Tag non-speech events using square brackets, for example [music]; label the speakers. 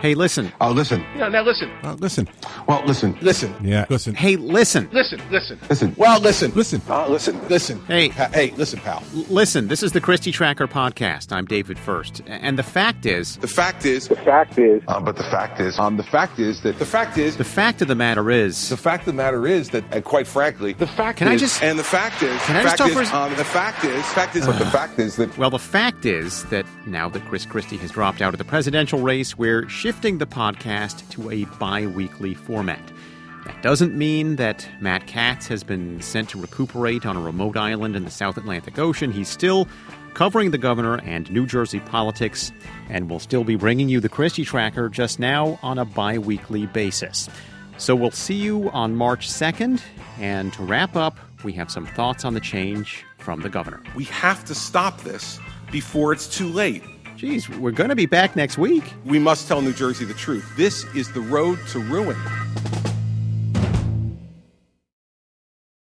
Speaker 1: Hey, listen.
Speaker 2: Oh, listen.
Speaker 3: Yeah, now listen,
Speaker 4: Uh, listen.
Speaker 2: Well, listen.
Speaker 4: Listen. Yeah. Listen.
Speaker 1: Hey, listen.
Speaker 3: listen, listen.
Speaker 2: Listen.
Speaker 4: Well, listen. Listen.
Speaker 2: Oh, listen.
Speaker 4: Listen.
Speaker 1: Hey.
Speaker 4: Pa- hey, listen, pal.
Speaker 1: L- listen, this is the Christie Tracker podcast. I'm David First. A- And the fact is,
Speaker 4: The fact is,
Speaker 2: Um, but the fact is,
Speaker 5: Um, the fact is that
Speaker 4: the fact is,
Speaker 1: the fact of the matter is,
Speaker 4: the fact of the matter is that,
Speaker 5: and quite frankly, the fact
Speaker 1: can I just.
Speaker 4: and the fact is,
Speaker 1: Can I just
Speaker 4: fact
Speaker 1: talk
Speaker 4: is,
Speaker 1: for a s-
Speaker 4: um, the fact is,
Speaker 5: [sighs]
Speaker 4: fact is,
Speaker 5: but the fact is that
Speaker 1: Well, the fact is that now that Chris Christie has dropped out of the presidential race, we're shifting the podcast to a bi weekly format. That doesn't mean that Matt Katz has been sent to recuperate on a remote island in the South Atlantic Ocean. He's still covering the governor and New Jersey politics, and will still be bringing you the Christie Tracker just now on a bi weekly basis. So we'll see you on March 2nd, and to wrap up, we have some thoughts on the change from the governor.
Speaker 6: We have to stop this before it's too late.
Speaker 1: Geez, we're going to be back next week.
Speaker 6: We must tell New Jersey the truth. This is the road to ruin.